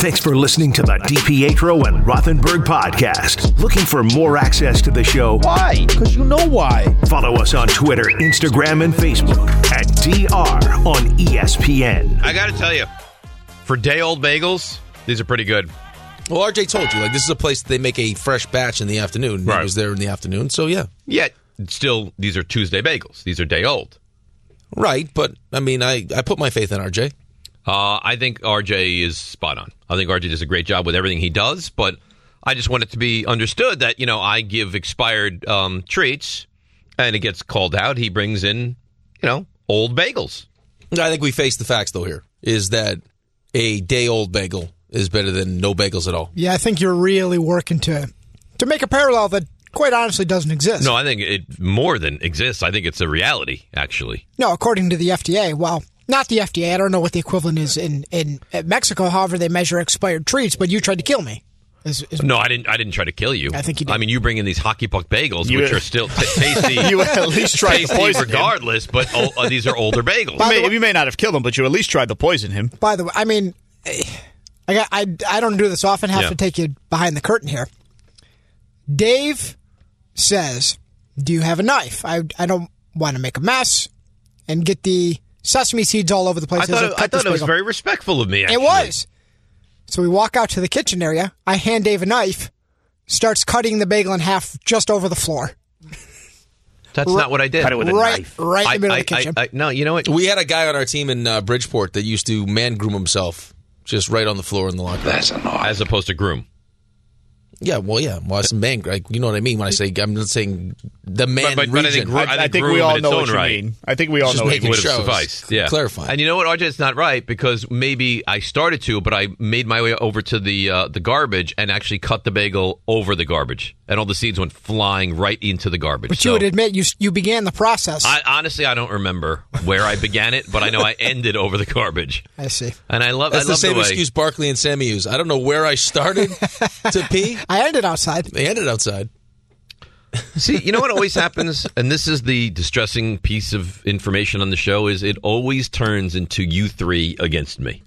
Thanks for listening to the DPetro and Rothenberg podcast. Looking for more access to the show? Why? Because you know why. Follow us on Twitter, Instagram, and Facebook at DR on E ESPN. I got to tell you, for day old bagels, these are pretty good. Well, RJ told you like this is a place that they make a fresh batch in the afternoon. Right. It was there in the afternoon, so yeah. Yet, still, these are Tuesday bagels. These are day old. Right, but I mean, I I put my faith in RJ. Uh, I think RJ is spot on. I think RJ does a great job with everything he does, but I just want it to be understood that, you know, I give expired um, treats and it gets called out. He brings in, you know, old bagels. I think we face the facts though. Here is that a day old bagel is better than no bagels at all. Yeah, I think you're really working to to make a parallel that quite honestly doesn't exist. No, I think it more than exists. I think it's a reality, actually. No, according to the FDA, well, not the FDA. I don't know what the equivalent is in in at Mexico. However, they measure expired treats. But you tried to kill me. Is, is, No, I didn't. I didn't try to kill you. I think you did. I mean, you bring in these hockey puck bagels, You- which are still t- tasty. You at least tried to tasty poison him. regardless. But oh, uh, these are older bagels. You may, you may not have killed him, but you at least tried to poison him. By the way, I mean, eh, I got, I I don't do this often. Have Yeah. to take you behind the curtain here. Dave says, "Do you have a knife? I I don't want to make a mess and get the sesame seeds all over the place." I as thought. It, cut I this thought it was bagel." very respectful of me. Actually. It was. So we walk out to the kitchen area. I hand Dave a knife, starts cutting the bagel in half just over the floor. That's Ri- not what I did. Cut it with a Right- knife. right in the middle of the kitchen. no, you know what? We had a guy on our team in uh, Bridgeport that used to man groom himself just right on the floor in the locker. That's an As opposed to groom. Yeah, well, yeah, well, it's a man. Like, you know what I mean when I say I'm not saying the man But- but- but I think region. gro- I think I think we groom all in its know what own you right. mean. I think we all Just know what making you mean. would have sure I was sufficed. Yeah, clarifying. And you know what, RJ, it's not right because maybe I started to, but I made my way over to the uh, the garbage and actually cut the bagel over the garbage, and all the seeds went flying right into the garbage. But so you would admit you you began the process. I honestly I don't remember where I began it, but I know I ended over the garbage. I see. And I love I That's the love same way- excuse Barkley and Sammy use. I don't know where I started to pee. I ended outside. They ended outside. See, you know what always happens, and this is the distressing piece of information on the show is it always turns into you three against me.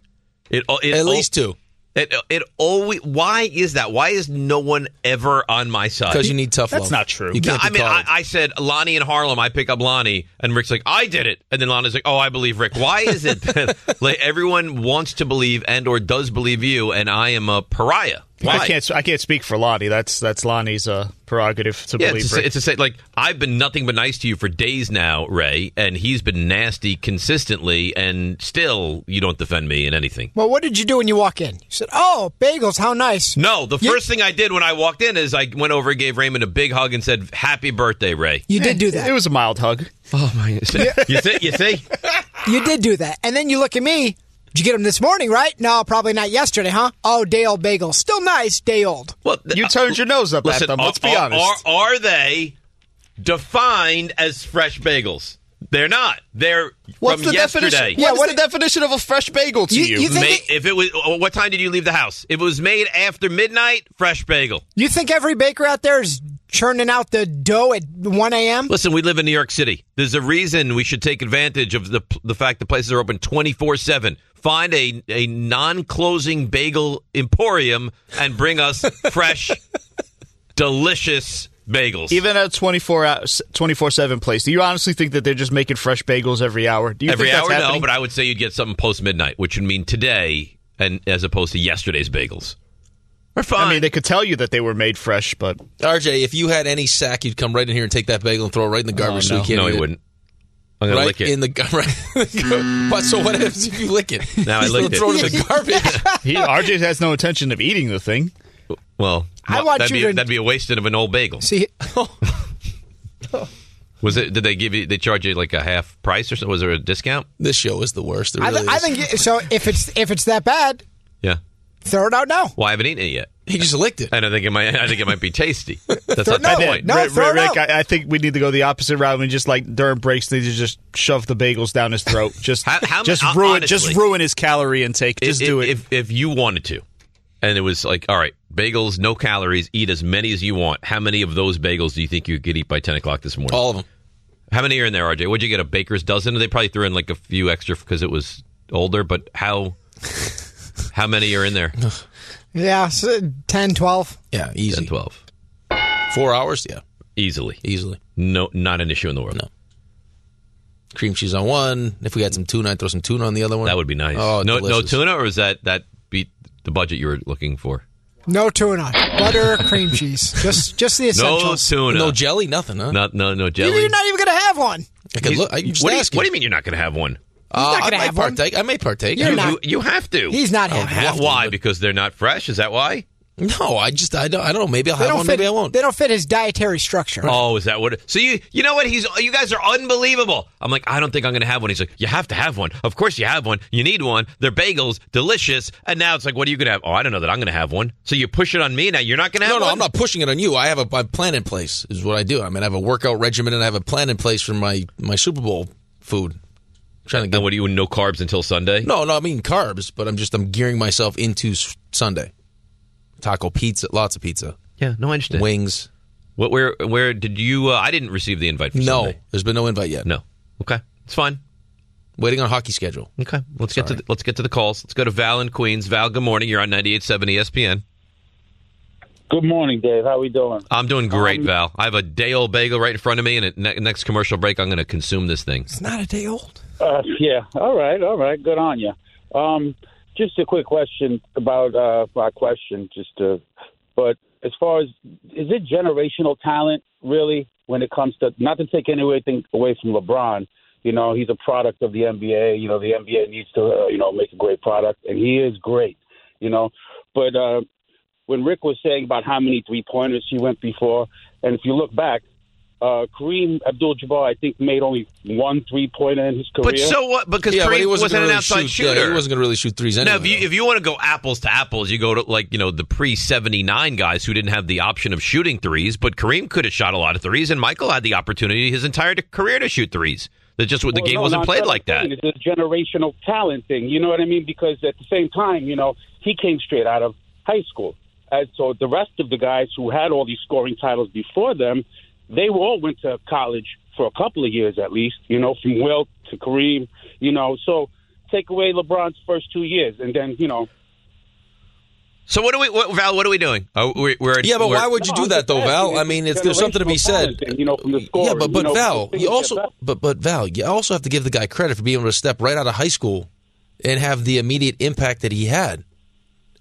It, Oh, it At least two. It it always. Why is that? Why is no one ever on my side? 'Cause you need tough That's love. not true. You No, can't be I mean, I, coddled. I said Lonnie in Harlem. I pick up Lonnie, and Rick's like, I did it, and then Lonnie's like, Oh, I believe Rick. Why is it that like everyone wants to believe and or does believe you, and I am a pariah? Why? I can't. I can't speak for Lonnie. That's that's Lonnie's uh, prerogative to Yeah, believe. it's, a, Rick. it's a say like I've been nothing but nice to you for days now, Ray, and he's been nasty consistently, and still you don't defend me in anything. Well, what did you do when you walk in? You said, "Oh, bagels, how nice." No, the first thing I did when I walked in is I went over and gave Raymond a big hug and said, "Happy birthday, Ray." You did do that. It was a mild hug. Oh my! you see? You see? You did do that, and then you look at me. Did you get them this morning, right? No, probably not yesterday, huh? Oh, day old bagel, still nice, day old. Well, you turned your nose up Listen, uh, at them. Let's are, be are- honest. Are, are they defined as fresh bagels? They're not. They're What's from the yesterday. definition? what is the definition of a fresh bagel to you? Made- if it was, oh, what time did you leave the house? If it was made after midnight, fresh bagel. You think every baker out there is churning out the dough at one a.m.? Listen, we live in New York City. There's a reason we should take advantage of the the fact that places are open 24 seven. Find a a non closing bagel emporium and bring us fresh, delicious bagels. Even at a 24 hour, 24/7 place, do you honestly think that they're just making fresh bagels every hour? Do you Every think hour, that's no, happening? but I would say you'd get something post midnight, which would mean today, and as opposed to yesterday's bagels. We're fine. I mean, they could tell you that they were made fresh, but RJ, if you had any sack, you'd come right in here and take that bagel and throw it right in the garbage. so Oh, no. you can't No, eat he it. wouldn't. I'm gonna right lick it. in the gar- right. but so what happens if you lick it? Now I You licked throw it in it. the garbage. he, RJ has no intention of eating the thing. Well, I want that'd you be to- that'd be a wasting of an old bagel. See, Was it? Did they give you? They charge you like a half price or something? Was there a discount? This show is the worst. I, th- I think it- so. If it's if it's that bad, Yeah. throw it out now. Well, I haven't eaten it yet. He just licked it. And I think it might. I think it might be tasty. That's not I the think- point. Rick, Rick, I, I think we need to go the opposite route and just like during breaks, they just shove the bagels down his throat. Just, how- just hon- ruin, just honestly. ruin his calorie intake. If- Just if, do it. If, if you wanted to, and it was like, all right, bagels, no calories, eat as many as you want. How many of those bagels do you think you could eat by ten o'clock this morning? All of them. How many are in there, RJ? Would you get a baker's dozen? They probably threw in like a few extra because it was older. But how? How many are in there? Yeah, so 10, 12. Yeah, easy. 10, 12. Four hours? Yeah. Easily. Easily. No, not an issue in the world. No. Cream cheese on one. If we had some tuna, I'd throw some tuna on the other one. That would be nice. Oh, no, no delicious. tuna, or is that that beat the budget you were looking for? No tuna, butter, cream cheese, just just the essentials. No tuna. No jelly, nothing, huh? Not, no, no You- jelly. You're not even gonna have one. He's- look- I- just what, do you, ask him. what do you mean you're not going to have one? Uh, not gonna I might have one. partake. I may partake. You're You- not. you- You have to. He's not I don't having it. have to, why? Because they're not fresh. Is that why? No, I just I don't, I don't know. Maybe I'll have one. fit, Maybe I won't. They don't fit his dietary structure. Oh, is that what? So you you know what? He's you guys are unbelievable. I'm like I don't think I'm going to have one. He's like you have to have one. Of course you have one. You need one. They're bagels, delicious. And now it's like what are you going to have? Oh, I don't know that I'm going to have one. So you push it on me now. You're not going to have No, no, one. I'm not pushing it on you. I have a, a plan in place. Is what I do. I mean, I have a workout regimen and I have a plan in place for my my Super Bowl food. Trying to get. And what do you no carbs until Sunday? No, no, I mean carbs, but I'm just I'm gearing myself into s- Sunday. Taco pizza, lots of pizza, Yeah, no, I understand. wings. What? Where? Where did you? Uh, I didn't receive the invite. for No, Sunday. there's been no invite yet. No. Okay, it's fine. Waiting on hockey schedule. Okay, let's get to the, let's get to the calls. Let's go to Val in Queens. Val, good morning. You're on 98.7 ESPN. Good morning, Dave. How we doing? I'm doing great, Um, Val. I have a day old bagel right in front of me, and at ne- next commercial break, I'm going to consume this thing. Not a day old. Uh, yeah. All right. All right. Good on you. Um, just a quick question about uh, my question. Just to, but as far as is it generational talent really when it comes to not to take anything away from LeBron. You know, he's a product of the NBA. You know, the NBA needs to uh, you know make a great product, and he is great. You know, but uh, when Rick was saying about how many three pointers he went before, and if you look back, uh, Kareem Abdul-Jabbar I think made only one three pointer in his career. But so what? Because Yeah, but Kareem he wasn't wasn't, gonna an really outside shoot- yeah, shooter. he wasn't going to really shoot threes anyway. No, if you if you want to go apples to apples, you go to like you know the pre seventy nine guys who didn't have the option of shooting threes, but Kareem could have shot a lot of threes, and Michael had the opportunity his entire career to shoot threes. That just the Well, game no, wasn't no, played that's like what that. I'm saying. It's a generational talent thing. You know what I mean? Because at the same time, you know, he came straight out of high school. And so the rest of the guys who had all these scoring titles before them, they all went to college for a couple of years at least, you know, from Wilt to Kareem, you know. So take away LeBron's first two years and then, you know. So what do we, what, Val? What are we doing? Oh, we're, we're Yeah, but we're- why would you do that though, Val? I mean, it's, there's something to be said. you know, from the yeah, but scoring, but you know, Val, things you that also but but Val, you also have to give the guy credit for being able to step right out of high school and have the immediate impact that he had,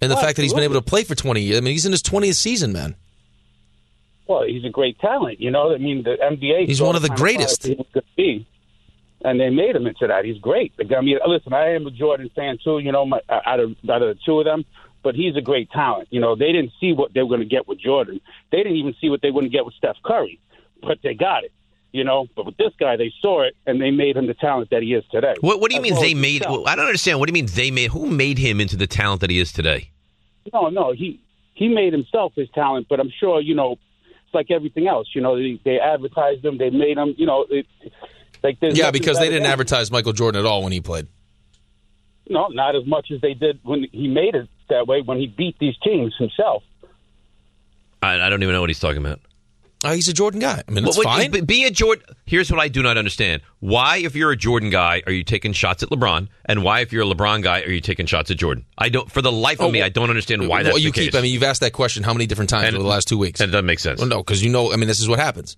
and the fact that he's been able to play for 20 years. I mean, he's in his 20th season, man. well, he's a great talent. You know, I mean, the NBA. He's saw one of the kind player greatest. he could be, and they made him into that. He's great. Like, I mean, listen, I am a Jordan fan too. You know, my, out of out of the two of them, but he's a great talent. You know, they didn't see what they were going to get with Jordan. They didn't even see what they were going to get with Steph Curry, but they got it. You know, but with this guy, they saw it and they made him the talent that he is today. What, what do you As mean well they as made? himself. I don't understand. What do you mean they made? Who made him into the talent that he is today? No, no, he he made himself his talent, but I'm sure you know it's like everything else. You know, they, they advertised him, they made him. You know, it, like there's Yeah, nothing because they better didn't than- advertise Michael Jordan at all when he played. No, not as much as they did when he made it that way when he beat these teams himself. I, I don't even know what he's talking about. Oh, he's a Jordan guy. I mean, it's What- what- fine. be- Be a Jordan. Here's what I do not understand: Why, if you're a Jordan guy, are you taking shots at LeBron? And why, if you're a LeBron guy, are you taking shots at Jordan? I don't. For the life of Oh, me, I don't understand why that's well, you the keep. case. I mean, you've asked that question how many different times over the last two weeks? And it doesn't make sense. Well, no, because you know. I mean, this is what happens.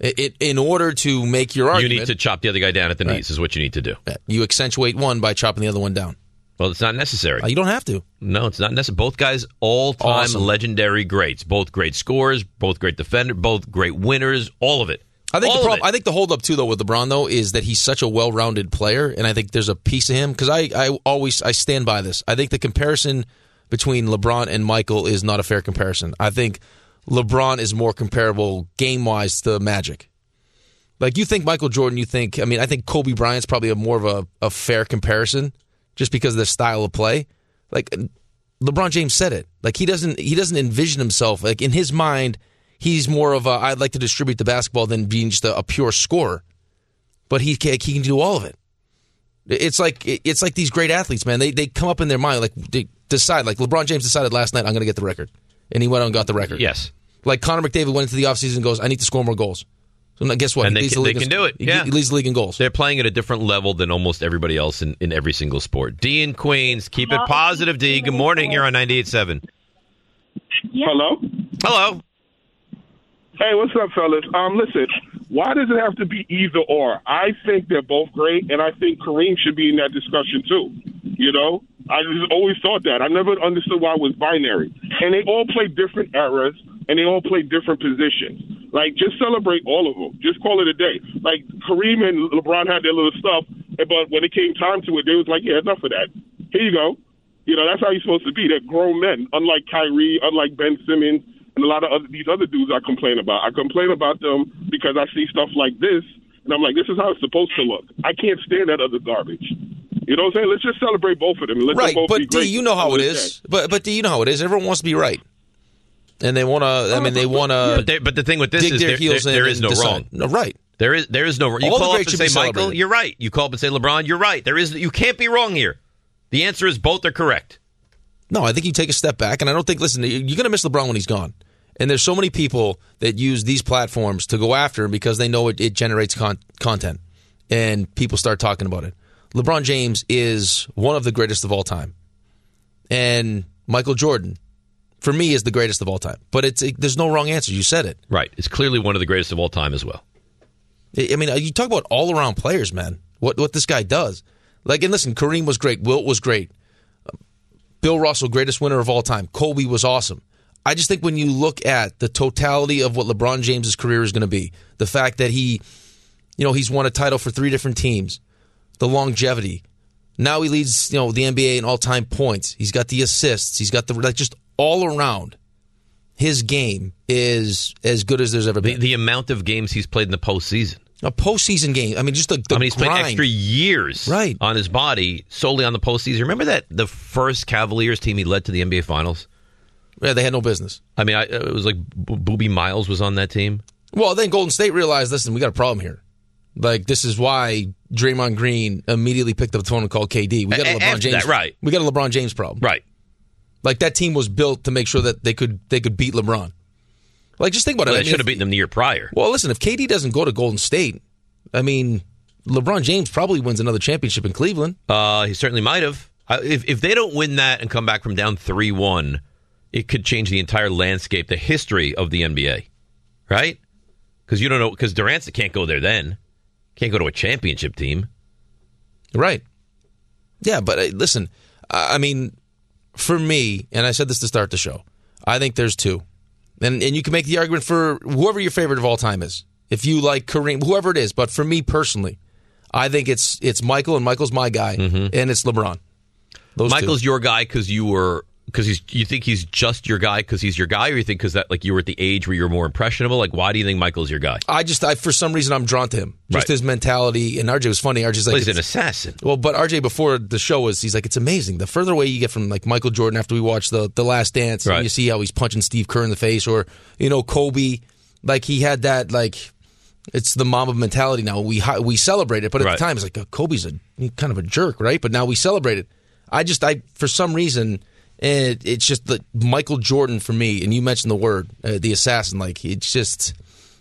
It, it in order to make your you argument, need to chop the other guy down at the knees. Is what you need to do. you accentuate one by chopping the other one down. Uh, Well, it's not necessary. You don't have to. No, it's not necessary. Both guys, all time Awesome. legendary greats. Both great scorers, both great defender, both great winners, all of it. I think all the of problem, I think the holdup too though with LeBron though is that he's such a well-rounded player, and I think there's a piece of him because I I always I stand by this. I think the comparison between LeBron and Michael is not a fair comparison. I think LeBron is more comparable game wise to Magic. Like you think Michael Jordan, you think I mean I think Kobe Bryant's probably a more of a, a fair comparison just because of their style of play. Like LeBron James said it. Like he doesn't he doesn't envision himself like in his mind he's more of a I'd like to distribute the basketball than being just a, a pure scorer. But he can, he can do all of it. It's like it's like these great athletes, man. They they come up in their mind like they decide like LeBron James decided last night I'm going to get the record. And he went out and got the record. Yes. Like Connor McDavid went into the offseason and goes, I need to score more goals. So now guess what? And He they leads can, the they league can in- do it. he- yeah. he leads the league in goals. They're playing at a different level than almost everybody else in, in every single sport. D in Queens, keep it positive, D. Good morning. You're on 98.7. Hello. Hello. Hey, what's up, fellas? Um, listen, why does it have to be either or? I think they're both great, and I think Kareem should be in that discussion too. You know, I just always thought that. I never understood why it was binary. And they all play different eras, and they all play different positions. Like, just celebrate all of them. Just call it a day. Like Kareem and LeBron had their little stuff, but when it came time to it, they was like, "Yeah, enough of that. Here you go." You know, that's how you're supposed to be. They're grown men, unlike Kyrie, unlike Ben Simmons, and a lot of other, these other dudes I complain about. I complain about them because I see stuff like this, and I'm like, this is how it's supposed to look. I can't stand that other garbage. You know what I'm saying? Let's just celebrate both of them. and Let right, them both be but D, great. you know how it is. But but D, you know how it is. Everyone wants to be right, and they want to. I mean, they want to. But, they- but the thing with this dig is their there- heels there- in there is and no decide. wrong. No right. There is there is no you All the call up greats and should be say Michael, celebrated. you're right. You call up and say LeBron, you're right. There is you can't be wrong here. The answer is both are correct. No, I think you take a step back, and I don't think. Listen, you're going to miss LeBron when he's gone. And there's so many people that use these platforms to go after him because they know it, it generates con- content, and people start talking about it. LeBron James is one of the greatest of all time, and Michael Jordan, for me, is the greatest of all time. But it's it, there's no wrong answer. You said it. Right. It's clearly one of the greatest of all time as well. I I mean, uh, you talk about all around players, man. What what this guy does, like, and listen, Kareem was great. Wilt was great. Bill Russell, greatest winner of all time. Kobe was awesome. I just think when you look at the totality of what LeBron James's career is going to be, the fact that he, you know, he's won a title for three different teams, the longevity. Now he leads, you know, the NBA in all time points. He's got the assists. He's got the like just all around. His game is as good as there's ever been. The amount of games he's played in the postseason. A postseason game. I mean, just the, I the mean, he's grind. played extra years right. on his body solely on the postseason. Remember that the first Cavaliers team he led to the NBA Finals? Yeah, they had no business. I mean, I, it was like Bo- Booby Miles was on that team. Well, then Golden State realized, listen, we got a problem here. Like this is why Draymond Green immediately picked up the phone and called KD. We got a A- LeBron after James, that, right. We got a LeBron James problem, right? Like that team was built to make sure that they could they could beat LeBron. Like just think about Well, it. I they mean, should have if- beaten them the year prior. Well, listen, if KD doesn't go to Golden State, I mean, LeBron James probably wins another championship in Cleveland. Uh, he certainly might have. I- If if they don't win that and come back from down three one, it could change the entire landscape, the history of the NBA, right? Because you don't know because Durant can't go there then, can't go to a championship team. Right. Yeah, but uh, listen, I I mean, for me, and I said this to start the show, I think there's two. And, and you can make the argument for whoever your favorite of all time is. If you like Kareem, whoever it is, but for me personally, I think it's it's Michael, and Michael's my guy, and it's LeBron. Those two. Mm-hmm. Michael's your guy because you were because he's you think he's just your guy because he's your guy, or you think because that like you were at the age where you were more impressionable. Like, why do you think Michael's your guy? I just, I for some reason, I'm drawn to him. Just Right. his mentality. And RJ was funny. RJ's like, Well, he's an it's- assassin. Well, but RJ before the show was, he's like, it's amazing. The further away you get from like Michael Jordan after we watch the the Last Dance, and you see how he's punching Steve Kerr in the face, or you know Kobe, like he had that like. It's the mama mentality now. We hi- we celebrate it, but at Right. the time it's like uh, Kobe's a kind of a jerk, right? But now we celebrate it. I just I for some reason it, it's just the Michael Jordan for me. And you mentioned the word uh, the assassin. Like it's just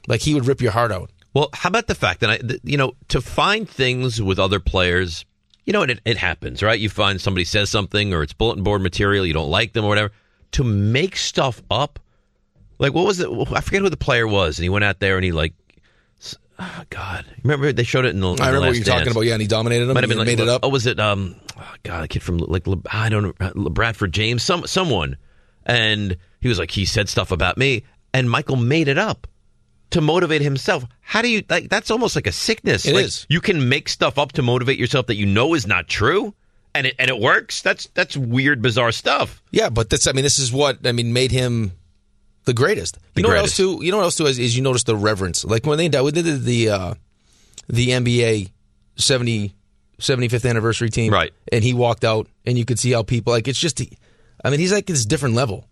like he would rip your heart out. Well, how about the fact that I, th- you know, to find things with other players, you know, and it, it happens, right? You find somebody says something or it's bulletin board material, you don't like them or whatever. To make stuff up, like what was it? I forget who the player was, and he went out there and he like, s- oh, God, remember they showed it in the. in The I remember what Last you're talking Dance. about. Yeah, and he dominated him. Might have and been he made it up. Oh, was it? Um, oh God, a kid from like Le, I don't know Le Bradford James, some someone, and he was like he said stuff about me, and Michael made it up to motivate himself. How do you like? That's almost like a sickness. It like, is. You can make stuff up to motivate yourself that you know is not true, and it and it works. That's that's weird, bizarre stuff. Yeah, but that's I mean, this is what I mean made him the greatest. You know greatest. what else too? You know what else too is, is you notice the reverence. Like when they when they did the uh, the NBA 70, 75th anniversary team, right? And he walked out, and you could see how people like it's just. I mean, he's like this different level.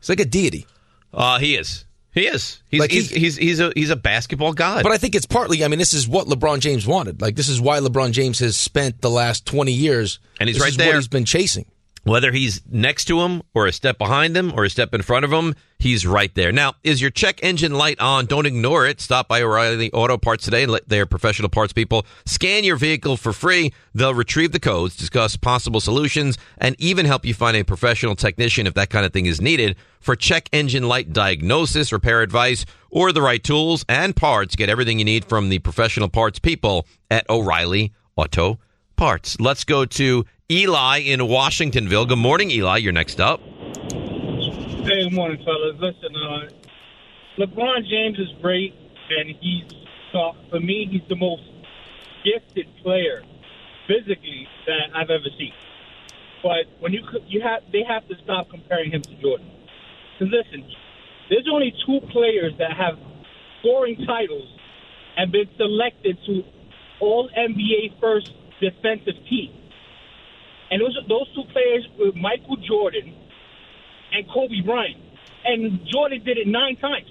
He's like a deity. Uh he is. He is. He's Like, he's, he- he's he's a he's a basketball god. But I think it's partly. I mean, this is what LeBron James wanted. Like this is why LeBron James has spent the last twenty years, And he's this right is there. What he's been chasing. whether he's next to him or a step behind him or a step in front of him, he's right there. Now, is your check engine light on? Don't ignore it. Stop by O'Reilly Auto Parts today and let their professional parts people scan your vehicle for free. They'll retrieve the codes, discuss possible solutions, and even help you find a professional technician if that kind of thing is needed. For check engine light diagnosis, repair advice, or the right tools and parts, get everything you need from the professional parts people at O'Reilly Auto parts. Let's go to Eli in Washingtonville. Good morning, Eli. You're next up. Hey, good morning, fellas. Listen, uh, LeBron James is great, and he's uh, for me he's the most gifted player physically that I've ever seen. But when you co- you have they have to stop comparing him to Jordan. Because listen, there's only two players that have scoring titles and been selected to All NBA first defensive team, and those those two players were Michael Jordan and Kobe Bryant. And Jordan did it nine times.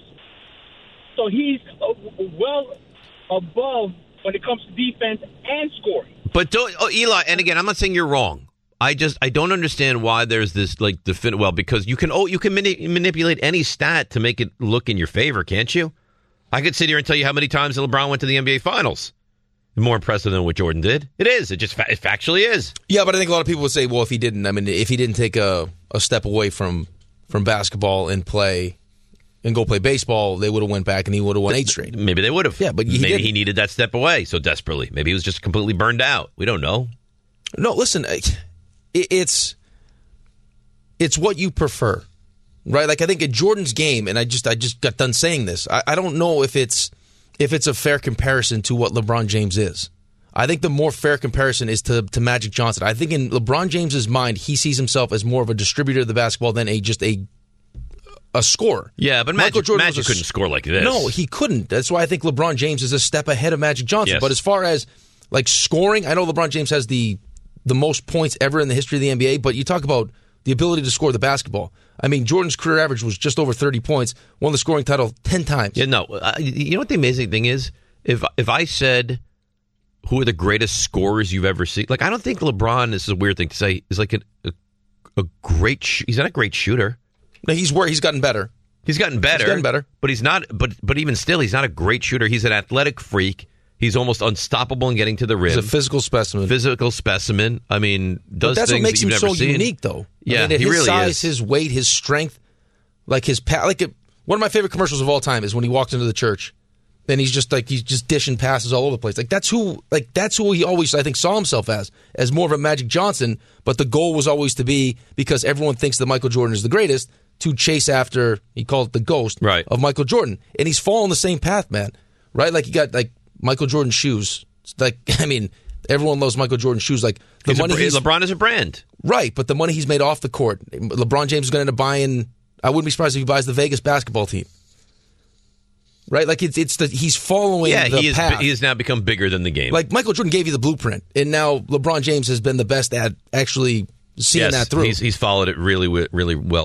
So he's uh, well above when it comes to defense and scoring. But don't, oh, Eli, and again, I'm not saying you're wrong. I just I don't understand why there's this like defin- well because you can oh you can mani- manipulate any stat to make it look in your favor, can't you? I could sit here and tell you how many times LeBron went to the NBA Finals. More impressive than what Jordan did. It is. It just fa- it factually is. Yeah, but I think a lot of people would say, well, if he didn't, I mean, if he didn't take a, a step away from from basketball and play and go play baseball, they would have went back and he would have won eight straight. Maybe they would have. Yeah, but he Maybe didn't. he needed that step away so desperately. Maybe he was just completely burned out. We don't know. No, listen, I- it, it's it's what you prefer, right? Like I think at Jordan's game, and I just I just got done saying this. I, I don't know if it's if it's a fair comparison to what LeBron James is. I think the more fair comparison is to to Magic Johnson. I think in LeBron James's mind, he sees himself as more of a distributor of the basketball than a just a a scorer. Yeah, but Michael Magic, Jordan was Magic a- couldn't score like this. No, he couldn't. That's why I think LeBron James is a step ahead of Magic Johnson. Yes. But as far as like scoring, I know LeBron James has the the most points ever in the history of the NBA, but you talk about the ability to score the basketball. I mean, Jordan's career average was just over 30 points, won the scoring title 10 times. Yeah, no. Uh, you know what the amazing thing is? If if I said who are the greatest scorers you've ever seen, like I don't think LeBron. This is a weird thing to say. Is like an, a a great. Sh- he's not a great shooter. No, he's where he's gotten better. He's gotten better. gotten better. But he's not. But but even still, he's not a great shooter. He's an athletic freak. He's almost unstoppable in getting to the rim. He's a physical specimen. Physical specimen. I mean, But does that's things what makes that you've him never so seen. unique, though. Yeah, I mean, at he his really size, is. his weight, his strength, like his pa- like it, one of my favorite commercials of all time is when he walks into the church, and he's just like he's just dishing passes all over the place. Like that's who like that's who he always I think saw himself as as more of a Magic Johnson. But the goal was always to be because everyone thinks that Michael Jordan is the greatest to chase after he called it the ghost right. of Michael Jordan, and he's following the same path, man. Right? Like he got like Michael Jordan shoes. It's Like I mean. Everyone loves Michael Jordan shoes. Like the He's a money br- he's- LeBron is a brand. Right, but the money he's made off the court, LeBron James is going to end up buying. I wouldn't be surprised if he buys the Vegas basketball team. Right, like it's it's the he's following. Yeah, the he is. path. He has now become bigger than the game. Like Michael Jordan gave you the blueprint, and now LeBron James has been the best at actually seeing yes, that through. He's, he's followed it really wi- really well.